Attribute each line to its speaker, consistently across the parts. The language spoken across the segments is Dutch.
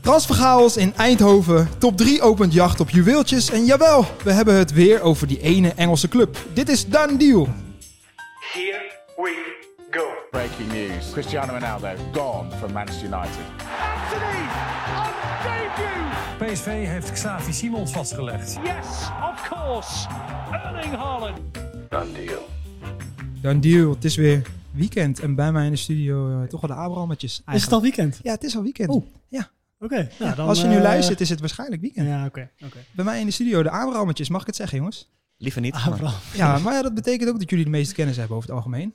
Speaker 1: Transferchaos in Eindhoven. Top 3 opent jacht op juweeltjes. En jawel, we hebben het weer over die ene Engelse club. Dit is Done Deal.
Speaker 2: Here we go.
Speaker 3: Breaking news Cristiano Ronaldo gone from Manchester United.
Speaker 4: Anthony on debut.
Speaker 5: PSV heeft Xavi Simons vastgelegd.
Speaker 4: Yes, of course. Erling Haaland.
Speaker 1: Done Deal, het is weer weekend. En bij mij in de studio eh, toch wel de Abrahammetjes.
Speaker 6: Is het
Speaker 1: Eigenlijk.
Speaker 6: al weekend?
Speaker 1: Ja, het is al weekend.
Speaker 6: Oh.
Speaker 1: Ja.
Speaker 6: Oké. nou, dan,
Speaker 1: Als je nu
Speaker 6: eh,
Speaker 1: luistert, is het waarschijnlijk weekend.
Speaker 6: Ja, oké. oké. Ah,
Speaker 1: Bij mij in de studio de Abrahammetjes, mag ik het zeggen, jongens?
Speaker 7: Liever niet. maar-
Speaker 6: Abraham.
Speaker 1: Ja, maar ja, dat betekent ook dat jullie de meeste kennis hebben over het algemeen.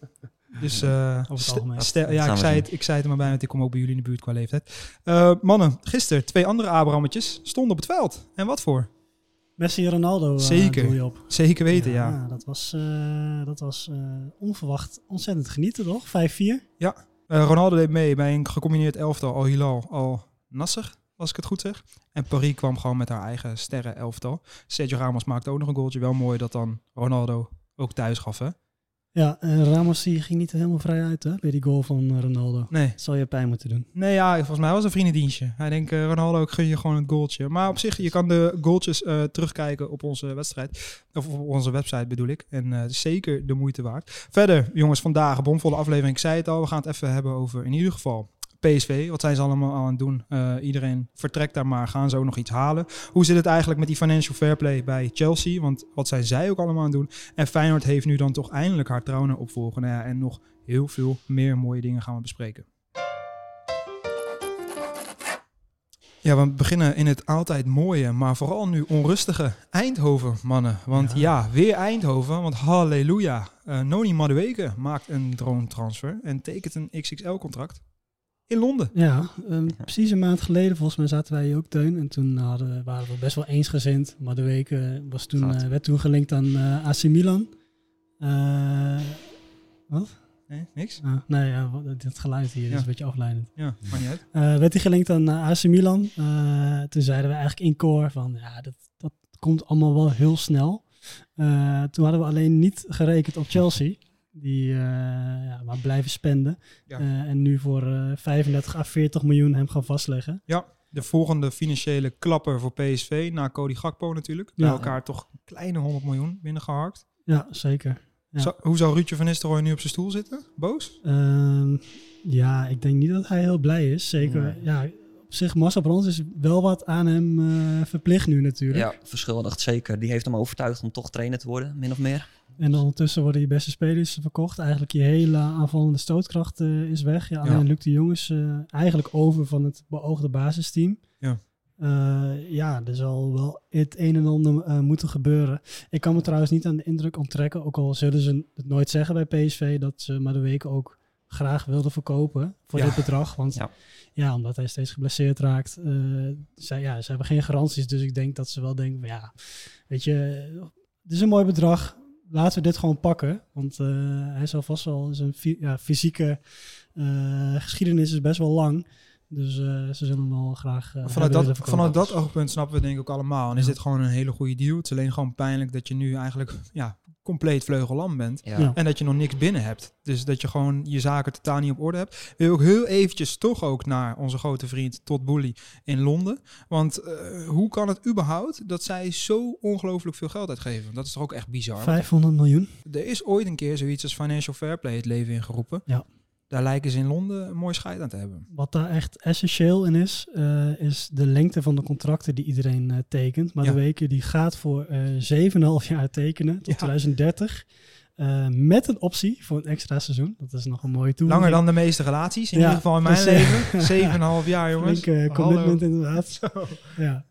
Speaker 1: Dus eh, st-
Speaker 6: algemeen.
Speaker 1: stel- ja,
Speaker 7: Samen
Speaker 1: ik zei,
Speaker 7: zien.
Speaker 1: het, ik zei het er maar bij, want ik kom ook bij jullie in de buurt qua leeftijd. Eh, mannen, gisteren twee andere Abrahammetjes stonden op het veld. En wat voor?
Speaker 6: Messi en Ronaldo eh,
Speaker 1: Zeker.
Speaker 6: doe je op.
Speaker 1: Zeker weten, ja.
Speaker 6: Ja, nou, dat was, eh, dat was eh, onverwacht ontzettend genieten, toch? 5-4.
Speaker 1: Eh, Ronaldo deed mee bij een gecombineerd elftal Al Hilal, Al Nasser, als ik het goed zeg. En Paris kwam gewoon met haar eigen sterren elftal. Sergio Ramos maakte ook nog een goaltje. Wel mooi dat dan Ronaldo ook thuis gaf, hè?
Speaker 6: Ja, eh, Ramos die ging niet helemaal vrij uit hè, bij die goal van eh, Ronaldo.
Speaker 1: Nee.
Speaker 6: Dat zal je pijn moeten doen.
Speaker 1: Nee, ja, volgens mij was het een vriendendienstje. Hij denkt, eh, Ronaldo, ik gun je gewoon het goaltje. Maar op zich, je kan de goaltjes eh, terugkijken op onze wedstrijd. Of op onze website bedoel ik. En eh, het is zeker de moeite waard. Verder, jongens, vandaag een bomvolle aflevering. Ik zei het al, we gaan het even hebben over in ieder geval PSV. Wat zijn ze allemaal aan het doen? Eh, iedereen vertrekt daar maar, gaan ze ook nog iets halen. Hoe zit het eigenlijk met die financial fair play bij Chelsea? Want wat zijn zij ook allemaal aan het doen? En Feyenoord heeft nu dan toch eindelijk haar trouwen opvolgen. Nou ja, en nog heel veel meer mooie dingen gaan we bespreken. Ja, we beginnen in het altijd mooie, maar vooral nu onrustige Eindhoven, mannen. Want ja, weer Eindhoven, want halleluja. Eh, Noni Madueke maakt een drone-transfer en tekent een XXL-contract in Londen.
Speaker 6: Ja, eh, precies een maand geleden volgens mij zaten wij hier ook, Teun. En toen hadden, we- waren we best wel eensgezind. Maar de week eh, was toen,
Speaker 7: Gaat.
Speaker 6: eh, werd toen gelinkt aan eh, AC Milan. Eh,
Speaker 1: Nee, niks?
Speaker 6: ah, nee, ja, wat- dat geluid hier
Speaker 1: Ja.
Speaker 6: is een beetje afleidend.
Speaker 1: Ja, maar niet uit.
Speaker 6: Eh, werd hij gelinkt aan eh, AC Milan. Eh, toen zeiden we eigenlijk in koor van ja, dat, dat komt allemaal wel heel snel. Eh, toen hadden we alleen niet gerekend op Chelsea. Die eh, ja, maar blijven spenden.
Speaker 1: Ja.
Speaker 6: Eh, en nu voor eh 35 à 40 miljoen hem gaan vastleggen.
Speaker 1: De volgende financiële klapper voor PSV, na Cody Gakpo natuurlijk. Bij
Speaker 6: Ja.
Speaker 1: elkaar toch een kleine 100 miljoen binnengeharkt.
Speaker 6: Ja, zeker. Ja.
Speaker 1: Zo- hoe zou Ruudje van Nistelrooy nu op zijn stoel zitten? Boos?
Speaker 6: Ehm, ja, ik denk niet dat hij heel blij is. Zeker.
Speaker 7: Nee.
Speaker 6: Ja, op zich, Massa Brands is wel wat aan hem eh, verplicht nu natuurlijk.
Speaker 7: Ja, verschuldigd zeker. Die heeft hem overtuigd om toch trainer te worden, min of meer.
Speaker 6: En dan ondertussen worden je beste spelers verkocht. Eigenlijk je hele aanvallende stootkracht eh, is weg. Ja, alleen
Speaker 1: Ja.
Speaker 6: Luc de Jong is eh, eigenlijk over van het beoogde basisteam.
Speaker 1: Ja.
Speaker 6: Eh, ja, er zal wel het een en ander eh, moeten gebeuren. Ik kan me trouwens niet aan de indruk onttrekken, ook al zullen ze het nooit zeggen bij PSV, dat ze maar de week ook graag wilden verkopen voor
Speaker 1: Ja.
Speaker 6: dit bedrag. Want ja.
Speaker 7: Ja.
Speaker 6: omdat hij steeds geblesseerd raakt, eh, zij, ja, ze hebben geen garanties. Dus ik denk dat ze wel denken, van, ja, weet je, het is een mooi bedrag. Laten we dit gewoon pakken. Want eh, hij zal vast wel zijn fi- ja, fysieke eh, geschiedenis is best wel lang. Dus eh, ze zullen hem wel graag. eh,
Speaker 1: Vanuit
Speaker 6: hebben
Speaker 1: dat,
Speaker 6: willen
Speaker 1: vanuit
Speaker 6: verkopen.
Speaker 1: dat oogpunt snappen we het denk ik ook allemaal. En is
Speaker 6: Ja.
Speaker 1: dit gewoon een hele goede deal. Het is alleen gewoon pijnlijk dat je nu eigenlijk ja, compleet vleugellam bent.
Speaker 7: Ja.
Speaker 6: Ja.
Speaker 1: En dat je nog niks binnen hebt. Dus dat je gewoon je zaken totaal niet op orde hebt. Wil ik heel eventjes toch ook naar onze grote vriend Todd Boehly in Londen. Want eh, hoe kan het überhaupt dat zij zo ongelooflijk veel geld uitgeven? Dat is toch ook echt bizar.
Speaker 6: 500 miljoen.
Speaker 1: Er is ooit een keer zoiets als financial fair play het leven ingeroepen.
Speaker 6: Ja.
Speaker 1: Daar lijken ze in Londen een mooi scheid aan te hebben.
Speaker 6: Wat daar echt essentieel in is, eh, is de lengte van de contracten die iedereen eh, tekent. Maar
Speaker 1: Ja.
Speaker 6: de weken die gaat voor eh 7,5 jaar tekenen tot
Speaker 1: Ja.
Speaker 6: 2030. eh, met een optie voor een extra seizoen. Dat is nog een mooie toevoeging.
Speaker 1: Langer dan de meeste relaties, in
Speaker 6: Mhm. Ja,
Speaker 1: ieder geval in mijn
Speaker 6: precies.
Speaker 1: leven. Zeven en een half jaar, jongens.
Speaker 6: Flink eh,
Speaker 1: Hallo.
Speaker 6: commitment inderdaad. Ja.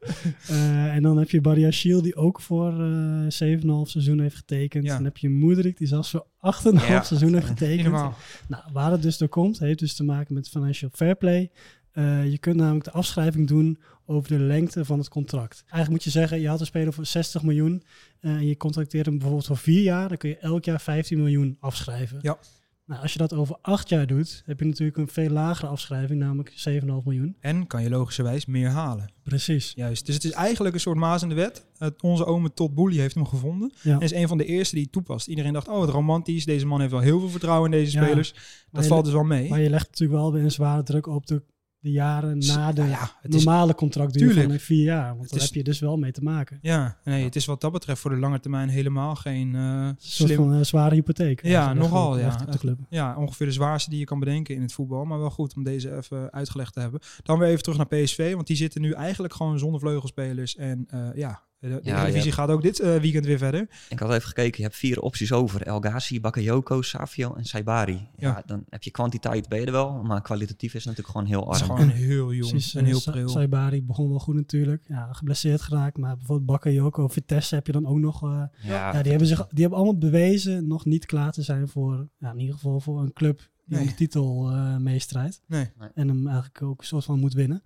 Speaker 6: Eh, en dan heb je Barry Shield die ook voor eh 7,5 seizoen heeft getekend.
Speaker 1: Ja.
Speaker 6: Dan heb je Moederik die zelfs voor 8,5
Speaker 7: Ja.
Speaker 6: seizoen heeft
Speaker 1: Niet
Speaker 6: getekend.
Speaker 1: normaal.
Speaker 6: Nou, waar het dus door komt, heeft dus te maken met financial fair play. Eh, je kunt namelijk de afschrijving doen over de lengte van het contract. Eigenlijk moet je zeggen, je had een speler voor 60 miljoen eh, en je contracteert hem bijvoorbeeld voor vier jaar, dan kun je elk jaar 15 miljoen afschrijven.
Speaker 1: Ja.
Speaker 6: Nou, als je dat over acht jaar doet, heb je natuurlijk een veel lagere afschrijving, namelijk 7,5 miljoen.
Speaker 1: En kan je logischerwijs meer halen.
Speaker 6: Precies.
Speaker 1: Juist. Dus het is eigenlijk een soort maas in de wet. Het, onze ome Todd Boehly heeft hem gevonden.
Speaker 6: Ja.
Speaker 1: En is een van de eerste die het toepast. Iedereen dacht, oh, wat romantisch. Deze man heeft wel heel veel vertrouwen in deze
Speaker 6: Ja.
Speaker 1: spelers. Dat
Speaker 6: je-
Speaker 1: valt dus wel mee.
Speaker 6: Maar je legt natuurlijk wel weer een zware druk op de, de jaren na de
Speaker 1: Nou ja, het is,
Speaker 6: normale contractduur
Speaker 1: Tuurlijk.
Speaker 6: van vier jaar. Want
Speaker 1: Het
Speaker 6: daar
Speaker 1: is-
Speaker 6: heb je dus wel mee te maken.
Speaker 1: ja, nee, het is wat dat betreft voor de lange termijn helemaal geen eh,
Speaker 6: Een soort
Speaker 1: slim...
Speaker 6: van eh, zware hypotheek.
Speaker 1: Ja,
Speaker 6: Als je dat
Speaker 1: nogal,
Speaker 6: goed
Speaker 1: ja.
Speaker 6: legt Op de club.
Speaker 1: Ja, ongeveer de zwaarste die je kan bedenken in het voetbal. Maar wel goed om deze even uitgelegd te hebben. Dan weer even terug naar PSV. Want die zitten nu eigenlijk gewoon zonder vleugelspelers. En eh, ja, de, de
Speaker 7: Ja,
Speaker 1: Eredivisie
Speaker 7: ja.
Speaker 1: gaat ook dit eh, weekend weer verder.
Speaker 7: Ik had even gekeken, je hebt vier opties over. El Ghazi, Bakayoko, Savio en Saibari. Ja,
Speaker 1: Ja.
Speaker 7: dan heb je kwantiteit, ben je er wel. Maar kwalitatief is het natuurlijk gewoon heel
Speaker 1: Het is
Speaker 7: arm.
Speaker 1: gewoon heel jong
Speaker 6: Precies,
Speaker 1: en heel
Speaker 6: eh, Sa-
Speaker 1: pril.
Speaker 6: Saibari begon wel goed natuurlijk. Ja, geblesseerd geraakt. Maar bijvoorbeeld Bakayoko, Vitesse heb je dan ook nog... eh,
Speaker 7: Ja,
Speaker 6: Ja, die hebben, zich, die hebben allemaal bewezen nog niet klaar te zijn voor, ja, in ieder geval voor een club die
Speaker 1: Nee.
Speaker 6: om de titel eh meestrijdt.
Speaker 1: Nee.
Speaker 7: Nee.
Speaker 6: En hem eigenlijk ook een soort van moet winnen.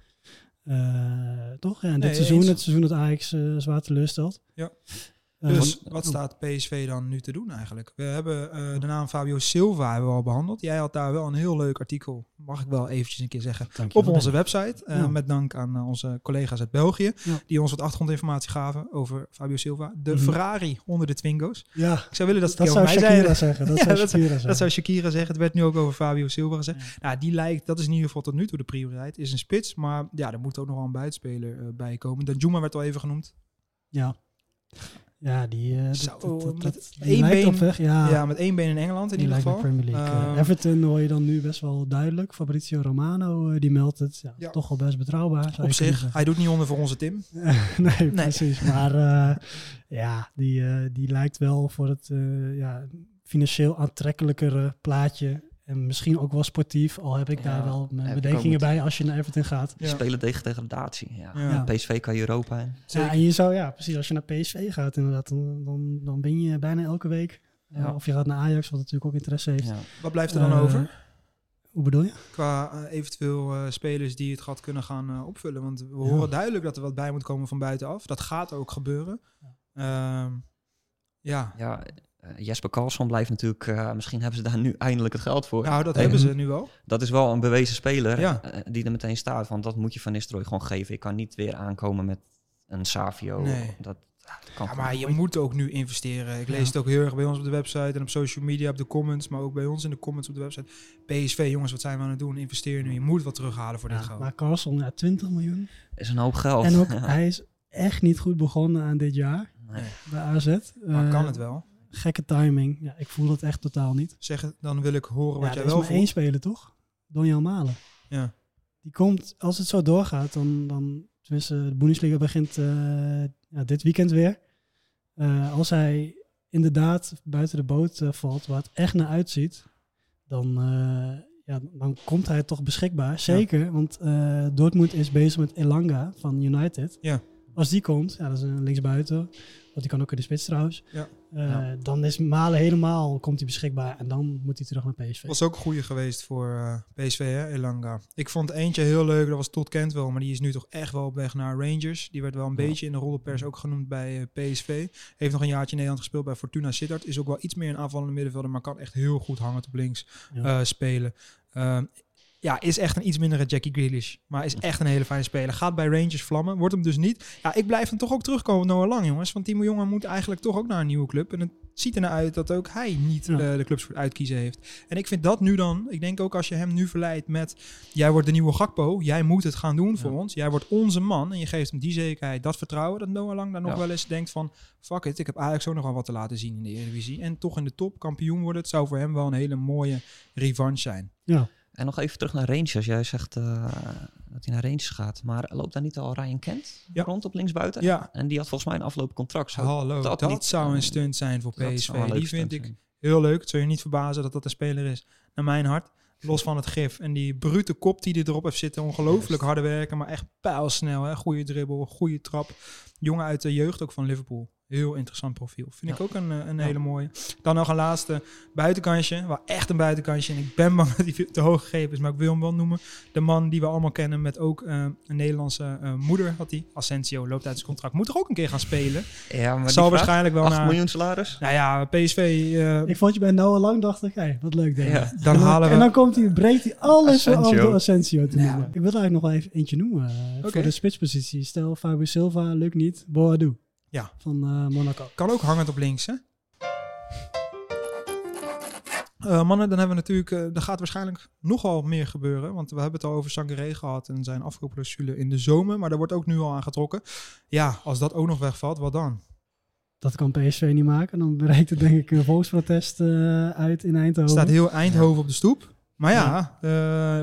Speaker 6: Eh, toch? Ja, en dit
Speaker 1: Nee,
Speaker 6: seizoen,
Speaker 1: eens.
Speaker 6: het seizoen dat Ajax eh, zwaar teleurstelt.
Speaker 1: Ja.
Speaker 6: Eh,
Speaker 1: Dus wat staat PSV dan nu te doen eigenlijk? We hebben eh, de naam Fabio Silva hebben we al behandeld. Jij had daar wel een heel leuk artikel, mag ik wel eventjes een keer zeggen,
Speaker 6: dankjewel,
Speaker 1: op onze website. Eh,
Speaker 6: Ja.
Speaker 1: Met dank aan eh, onze collega's uit België,
Speaker 6: Ja.
Speaker 1: die ons wat achtergrondinformatie gaven over Fabio Silva. De
Speaker 6: Mhm.
Speaker 1: Ferrari onder de Twingo's.
Speaker 6: Ben. Ja,
Speaker 1: Ik zou willen dat ze
Speaker 6: dat
Speaker 1: het keer
Speaker 6: zou
Speaker 1: over mij
Speaker 6: Shakira
Speaker 1: zeiden.
Speaker 6: zeggen. Dat
Speaker 1: Ja,
Speaker 6: zou
Speaker 1: dat-
Speaker 6: Shakira zeggen.
Speaker 1: Dat zou Shakira zeggen. Het werd nu ook over Fabio Silva gezegd. Nou, die lijkt, dat is in ieder geval tot nu toe de prioriteit. Is een spits, maar ja, er moet ook nog wel een buitenspeler eh, bij komen. Danjuma werd al even genoemd.
Speaker 6: Ja. Ja, die, eh dat,
Speaker 1: Zo,
Speaker 6: dat- dat-
Speaker 1: met
Speaker 6: dat- die
Speaker 1: één
Speaker 6: lijkt
Speaker 1: been-
Speaker 6: op weg. Ja,
Speaker 1: Ja, met één been in Engeland in
Speaker 6: Ah.
Speaker 1: ieder
Speaker 6: die lijkt
Speaker 1: geval.
Speaker 6: naar Premier League. Eh,
Speaker 1: Ehm,
Speaker 6: Everton hoor je dan nu best wel duidelijk. Fabrizio Romano, eh, die meldt het. Ja,
Speaker 1: Ja.
Speaker 6: Toch wel best betrouwbaar. zou je
Speaker 1: Op
Speaker 6: kunnen zeggen.
Speaker 1: zich, hij doet niet onder voor onze Tim.
Speaker 6: nee, precies. Maar eh, ja, die, eh, die lijkt wel voor het eh, ja, financieel aantrekkelijkere plaatje. En misschien ook wel sportief, al heb ik
Speaker 7: Ja,
Speaker 6: daar wel
Speaker 7: heb
Speaker 6: mijn
Speaker 7: ik
Speaker 6: bedenkingen
Speaker 7: ook met-
Speaker 6: bij als je naar Everton gaat.
Speaker 1: Ja.
Speaker 7: spelen tegen degradatie. Ja.
Speaker 1: Ja.
Speaker 6: Ja.
Speaker 7: PSV kan Europa in.
Speaker 1: Zeker.
Speaker 6: Ja, en je zou, ja, precies, als je naar PSV gaat inderdaad, dan, dan, dan win je bijna elke week. Eh,
Speaker 7: Ja.
Speaker 6: of je gaat naar Ajax, wat natuurlijk ook interesse heeft.
Speaker 7: Ja.
Speaker 1: Wat blijft er dan
Speaker 6: Eh,
Speaker 1: over?
Speaker 6: Hoe bedoel je?
Speaker 1: Qua eh, eventueel eh, spelers die het gat kunnen gaan eh, opvullen. Want we
Speaker 6: Ja.
Speaker 1: horen duidelijk dat er wat bij moet komen van buitenaf. Dat gaat ook gebeuren. Ehm, ja.
Speaker 7: Ja, eh, Jesper Karlsson blijft natuurlijk... eh, misschien hebben ze daar nu eindelijk het geld voor.
Speaker 1: Nou, dat
Speaker 7: Eh,
Speaker 1: hebben ze nu wel.
Speaker 7: Dat is wel een bewezen speler
Speaker 1: Ja.
Speaker 7: eh, die er meteen staat. Want dat moet je Van Nistelrooy gewoon geven. Ik kan niet weer aankomen met een Savio.
Speaker 1: Nee.
Speaker 7: Dat kan
Speaker 1: Ja,
Speaker 7: gewoon
Speaker 1: maar je moet ook nu investeren. Ik lees
Speaker 6: Ja.
Speaker 1: het ook heel erg bij ons op de website en op social media, op de comments. Maar ook bij ons in de comments op de website. PSV, jongens, wat zijn we aan het doen? Investeer nu. Je moet wat terughalen voor dit
Speaker 6: Ja,
Speaker 1: geld.
Speaker 6: maar Carlson, ja, 20 miljoen.
Speaker 7: is een hoop
Speaker 1: Oh.
Speaker 7: geld.
Speaker 6: En ook,
Speaker 7: Ja.
Speaker 6: hij is echt niet goed begonnen aan dit jaar
Speaker 7: Nee.
Speaker 6: bij AZ.
Speaker 1: Maar
Speaker 6: Eh,
Speaker 1: kan het wel?
Speaker 6: Gekke timing. Ja, ik voel dat echt totaal niet.
Speaker 1: Zeg, het, dan wil ik horen wat
Speaker 6: ja,
Speaker 1: jij
Speaker 6: er is
Speaker 1: wel
Speaker 6: maar
Speaker 1: voelt.
Speaker 6: één speler, toch? Donjan Malen.
Speaker 1: Ja.
Speaker 6: Die komt, als het zo doorgaat, dan... dan tenminste, de Bundesliga begint eh, ja, dit weekend weer. Eh, als hij inderdaad buiten de boot eh, valt, waar het echt naar uitziet... dan, eh, ja, dan komt hij toch beschikbaar. Zeker, want eh, Dortmund is bezig met Elanga van United.
Speaker 1: Ja.
Speaker 6: Als die komt, ja, dat is een linksbuiten. Want die kan ook in de spits trouwens.
Speaker 1: Ja.
Speaker 6: Eh,
Speaker 7: Ja.
Speaker 6: Dan is Malen helemaal, komt hij beschikbaar. En dan moet hij terug naar PSV.
Speaker 1: Was ook een goeie geweest voor eh, PSV, hè, Elanga. Ik vond eentje heel leuk, dat was Todd Cantwell, maar die is nu toch echt wel op weg naar Rangers. Die werd wel een
Speaker 7: Ja.
Speaker 1: beetje in de roddelpers ook genoemd bij eh, PSV. Heeft nog een jaartje in Nederland gespeeld bij Fortuna Sittard. Is ook wel iets meer een aanvallende middenvelder, maar kan echt heel goed hangend op links
Speaker 6: Ja.
Speaker 1: eh, spelen. Ehm, ja, is echt een iets mindere Jackie Grealish. Maar is echt een hele fijne speler. Gaat bij Rangers vlammen. Wordt hem dus niet. Ja, ik blijf hem toch ook terugkomen, Noah Lang, jongens. Want die jongen moet eigenlijk toch ook naar een nieuwe club. En het ziet ernaar uit dat ook hij niet
Speaker 6: Ja.
Speaker 1: eh, de clubs voor het uitkiezen heeft. En ik vind dat nu dan... Ik denk ook als je hem nu verleidt met... Jij wordt de nieuwe Gakpo. Jij moet het gaan doen voor ons. Jij wordt onze man. En je geeft hem die zekerheid, dat vertrouwen. Dat Noah Lang daar nog
Speaker 7: Ja.
Speaker 1: wel eens denkt van... Fuck it, ik heb Ajax ook nog wel wat te laten zien in de Eredivisie. En toch in de top kampioen worden. Het zou voor hem wel een hele mooie revanche zijn.
Speaker 6: Ja.
Speaker 7: En nog even terug naar Rangers. Jij zegt eh, dat hij naar Rangers gaat. Maar loopt daar niet al Ryan Kent
Speaker 1: Ja.
Speaker 7: rond op linksbuiten?
Speaker 1: Ja,
Speaker 7: En die had volgens mij een aflopend contract. Zou
Speaker 1: Hallo, dat,
Speaker 7: niet-
Speaker 1: zou een stunt zijn voor
Speaker 7: dat zou wel
Speaker 1: PSV.
Speaker 7: leuk
Speaker 1: Die
Speaker 7: stunt
Speaker 1: vind ik
Speaker 7: zijn.
Speaker 1: heel leuk. Het zou je niet verbazen dat dat een speler is. Naar mijn hart. Los van het gif. En die brute kop die er erop heeft zitten. Ongelooflijk harde werken, maar echt pijlsnel. Hè? Goede dribbel, goede trap. Jongen uit de jeugd ook van Liverpool. Heel interessant profiel. Vind ik ook een, eh, een hele mooie. Dan nog een laatste buitenkansje. Wel echt een buitenkansje. En ik ben bang dat hij te hoog gegeven is, maar ik wil hem wel noemen. De man die we allemaal kennen met ook eh, een Nederlandse eh, moeder had hij. Asensio loopt uit zijn contract. Moet er ook een keer gaan spelen.
Speaker 7: Ja, maar
Speaker 1: Zal waarschijnlijk wel
Speaker 7: 8
Speaker 1: naar...
Speaker 7: miljoen salaris?
Speaker 1: Nou ja, PSV, eh,
Speaker 6: Ik vond je bij Noah Lang, dacht ik, hé, wat leuk denk ik.
Speaker 7: Ja.
Speaker 1: dan
Speaker 6: En
Speaker 1: halen we...
Speaker 6: En dan komt hij, breekt hij alles voor af
Speaker 7: Asensio.
Speaker 6: door Asensio te noemen.
Speaker 1: Nou.
Speaker 6: Ik wil er eigenlijk nog wel even eentje noemen eh,
Speaker 1: Oké.
Speaker 6: voor de spitspositie. Stel, Fabio Silva, lukt niet, Boadu
Speaker 1: Ja.
Speaker 6: van eh, Monaco.
Speaker 1: Kan ook hangend op links, hè? Eh, mannen, dan hebben we natuurlijk, eh, er gaat waarschijnlijk nogal meer gebeuren. Want we hebben het al over Sangaré gehad en zijn afkoopclausule in de zomer. Maar daar wordt ook nu al aan getrokken. Ja, als dat ook nog wegvalt, wat dan?
Speaker 6: Dat kan PSV niet maken. Dan bereikt het denk ik een volksprotest eh, uit in
Speaker 1: Er
Speaker 6: Eindhoven.
Speaker 1: staat heel Eindhoven op de stoep. Maar ja, eh,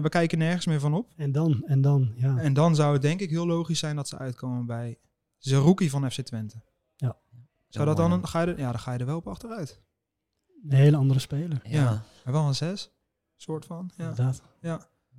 Speaker 1: we kijken nergens meer van op.
Speaker 6: En dan, en dan, ja.
Speaker 1: En dan zou het denk ik heel logisch zijn dat ze uitkomen bij Zerouki van FC Twente.
Speaker 6: Ja.
Speaker 1: Zou dat dan een, ga je er, ja, dan ga je er wel op achteruit.
Speaker 6: Een hele andere speler.
Speaker 7: Ja.
Speaker 1: ja. Maar wel een zes, soort van. Ja,
Speaker 6: Inderdaad.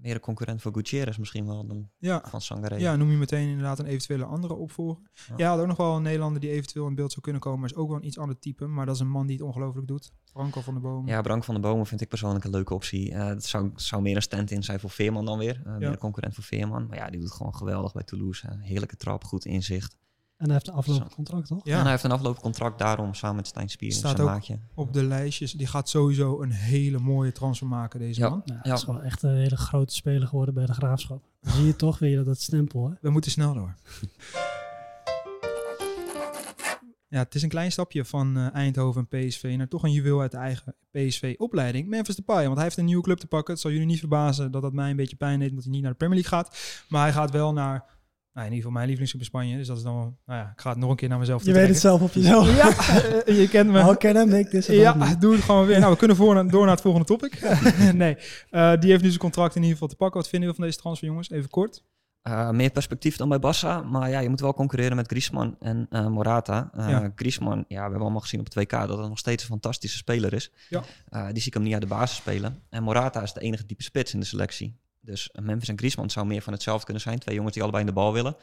Speaker 7: Meer een concurrent voor Gutierrez misschien wel dan
Speaker 1: ja.
Speaker 7: van Sangaré.
Speaker 1: Ja, noem je meteen inderdaad een eventuele andere opvolger. Ja,
Speaker 7: Ja.
Speaker 1: had ook nog wel een Nederlander die eventueel in beeld zou kunnen komen. Maar is ook wel een iets ander type. Maar dat is een man die het ongelooflijk doet. Franco van de Boom.
Speaker 7: Ja, Brank van den Bomen vind ik persoonlijk een leuke optie. Eh het zou, zou meer een stand-in zijn voor Veerman dan weer. Eh, Meer een concurrent voor Veerman. Maar ja, die doet gewoon geweldig bij Toulouse. hè. Heerlijke trap, goed inzicht.
Speaker 6: En hij heeft een aflopend contract, toch?
Speaker 1: Ja,
Speaker 7: En hij heeft een aflopend contract daarom samen met Stijn Spier
Speaker 1: Staat
Speaker 7: zijn
Speaker 1: ook-
Speaker 7: maatje.
Speaker 1: op de lijstjes. Die gaat sowieso een hele mooie transfer maken, deze
Speaker 7: Ja.
Speaker 1: man.
Speaker 6: Nou,
Speaker 7: Ja.
Speaker 6: Dat is wel echt een hele grote speler geworden bij de Graafschap. Dan zie je toch weer dat, dat stempel, hè?
Speaker 1: We moeten snel door. Ja, het is een klein stapje van eh, Eindhoven en PSV naar toch een juweel uit de eigen PSV-opleiding. Memphis Depay, want hij heeft een nieuwe club te pakken. Het zal jullie niet verbazen dat dat mij een beetje pijn deed omdat hij niet naar de Premier League gaat. Maar hij gaat wel naar, nou, in ieder geval mijn lievelingsclub in Spanje. Dus dat is dan wel, nou ja, ik ga het nog een keer naar mezelf
Speaker 6: Je weet Oh, het
Speaker 1: trekken.
Speaker 6: zelf op jezelf.
Speaker 1: Ja, eh, je kent me.
Speaker 6: How can I make this about me?
Speaker 1: Ja, doe het gewoon weer. Nou, we kunnen voor door naar het volgende topic. nee, eh, die heeft nu zijn contract in ieder geval te pakken. Wat vinden we van deze transfer, jongens? Even kort.
Speaker 7: Eh, meer perspectief dan bij Barça. Maar ja, je moet wel concurreren met Griezmann en eh, Morata. Eh,
Speaker 1: Ja.
Speaker 7: Griezmann, ja, we hebben allemaal gezien op het WK dat hij nog steeds een fantastische speler is.
Speaker 1: Ja.
Speaker 7: Eh, die zie ik hem niet uit de basis spelen. En Morata is de enige diepe spits in de selectie. Dus eh, Memphis en Griezmann zou meer van hetzelfde kunnen zijn. Twee jongens die allebei in de bal willen.